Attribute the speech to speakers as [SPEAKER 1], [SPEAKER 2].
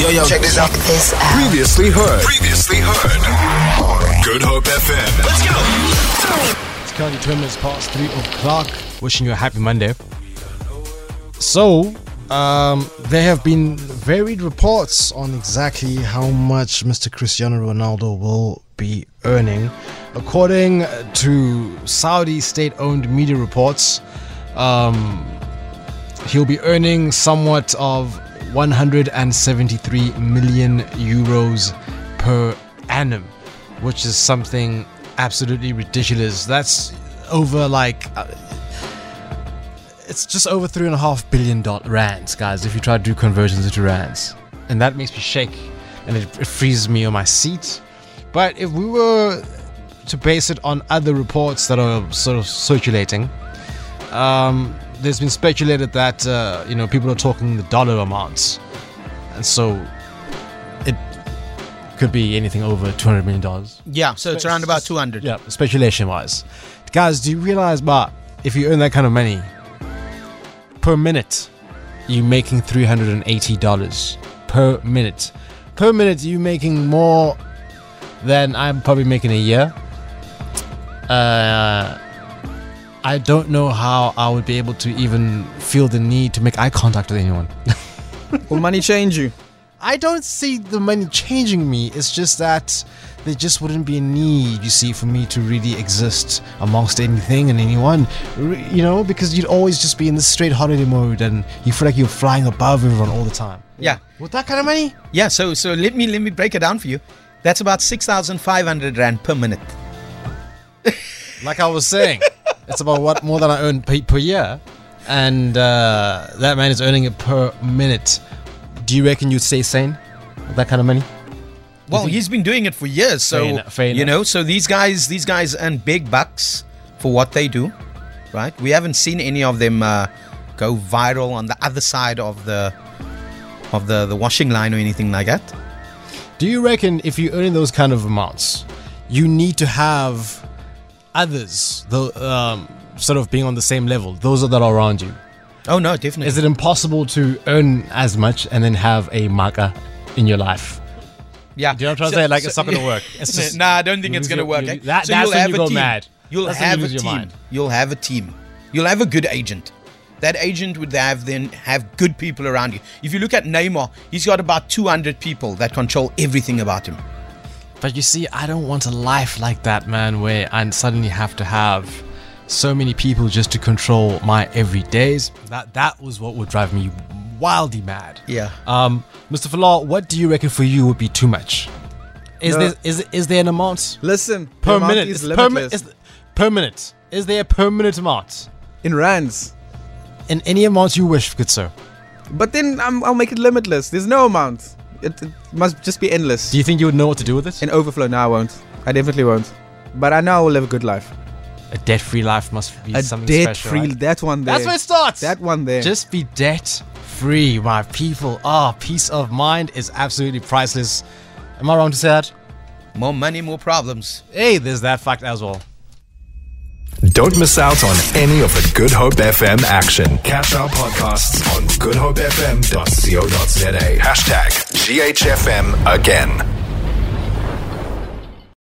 [SPEAKER 1] Yo, yo, check this out.
[SPEAKER 2] This out.
[SPEAKER 3] Previously heard.
[SPEAKER 1] Previously heard. Good Hope FM. Let's go.
[SPEAKER 4] It's currently 20 minutes past 3 o'clock. Wishing you a happy Monday. So, um, there have been varied reports on exactly how much Mr. Cristiano Ronaldo will be earning. According to Saudi state owned media reports, um, he'll be earning somewhat of 173 million euros per annum, which is something absolutely ridiculous. That's over like uh, it's just over three and a half billion dot rands, guys. If you try to do conversions into rands, and that makes me shake, and it, it freezes me on my seat. But if we were to base it on other reports that are sort of circulating, um, there's been speculated that uh, you know people are talking the dollar amounts, and so it could be anything over two hundred million dollars.
[SPEAKER 5] Yeah, so it's around about 200.
[SPEAKER 4] Yeah, speculation wise. Guys, do you realize, but if you earn that kind of money per minute, you're making $380 per minute. Per minute, you're making more than I'm probably making a year. Uh, I don't know how I would be able to even feel the need to make eye contact with anyone.
[SPEAKER 5] Will money change you?
[SPEAKER 4] I don't see the money changing me. It's just that there just wouldn't be a need, you see, for me to really exist amongst anything and anyone, re- you know, because you'd always just be in this straight holiday mode and you feel like you're flying above everyone all the time.
[SPEAKER 5] Yeah.
[SPEAKER 4] With that kind of money?
[SPEAKER 5] Yeah, so so let me let me break it down for you. That's about 6,500 rand per minute.
[SPEAKER 4] Like I was saying, it's about what more than I earn per, per year, and uh, that man is earning it per minute. Do you reckon you'd stay sane? with That kind of money?
[SPEAKER 5] Well, he's been doing it for years, so
[SPEAKER 4] Fair enough, fair
[SPEAKER 5] you
[SPEAKER 4] enough.
[SPEAKER 5] know, so these guys these guys earn big bucks for what they do, right? We haven't seen any of them uh, go viral on the other side of the of the the washing line or anything like that.
[SPEAKER 4] Do you reckon if you're earning those kind of amounts, you need to have others, the um, sort of being on the same level, those that are around you?
[SPEAKER 5] Oh no, definitely.
[SPEAKER 4] Is it impossible to earn as much and then have a marker in your life?
[SPEAKER 5] Yeah.
[SPEAKER 4] Do you know what I'm trying to say? Like, it's not gonna work. It's just-
[SPEAKER 5] nah, I don't think
[SPEAKER 4] you
[SPEAKER 5] it's
[SPEAKER 4] lose
[SPEAKER 5] going to
[SPEAKER 4] your-
[SPEAKER 5] work.
[SPEAKER 4] you-
[SPEAKER 5] eh?
[SPEAKER 4] that- that's
[SPEAKER 5] you'll
[SPEAKER 4] when
[SPEAKER 5] have
[SPEAKER 4] you
[SPEAKER 5] a
[SPEAKER 4] go
[SPEAKER 5] team.
[SPEAKER 4] mad.
[SPEAKER 5] You'll
[SPEAKER 4] That's when you
[SPEAKER 5] have a
[SPEAKER 4] lose your
[SPEAKER 5] team.
[SPEAKER 4] mind.
[SPEAKER 5] You'll have a team. You'll have a good agent. That agent would have then have good people around you. If you look at Neymar, he's got about 200 people that control everything about him.
[SPEAKER 4] But you see, I don't want a life like that, man, where I suddenly have to have so many people just to control my everydays. That that was what would drive me wildly mad.
[SPEAKER 5] Yeah.
[SPEAKER 4] Um, Mr. Falar, what do you reckon for you would be too much? Is there is is there an amount
[SPEAKER 6] Listen, the
[SPEAKER 4] per
[SPEAKER 6] amount
[SPEAKER 4] minute?
[SPEAKER 6] is
[SPEAKER 4] It's per, mi-
[SPEAKER 6] limitless.
[SPEAKER 4] is- per minute. Is there a per minute amount?
[SPEAKER 6] in rands.
[SPEAKER 4] In any amount you wish, good sir.
[SPEAKER 6] But then I'm, I'll make it limitless. There's no amount. It, it must just be endless.
[SPEAKER 4] Do you think you would know what to do with it?
[SPEAKER 6] An overflow? No, I won't. I definitely won't. But I know I will live a good life.
[SPEAKER 4] A debt-free life must be
[SPEAKER 6] A
[SPEAKER 4] something special.
[SPEAKER 6] debt-free.
[SPEAKER 4] right?
[SPEAKER 6] That one there.
[SPEAKER 4] That's where it starts.
[SPEAKER 6] That one there.
[SPEAKER 4] Just be debt free, my people. Ah, peace of mind is absolutely priceless. Am I wrong to say that?
[SPEAKER 5] More money, more problems.
[SPEAKER 4] Hey, there's that fact as well.
[SPEAKER 3] Don't miss out on any of the Good Hope FM action.
[SPEAKER 1] Catch our podcasts on goodhopefm.co.za. Hashtag GHFM again.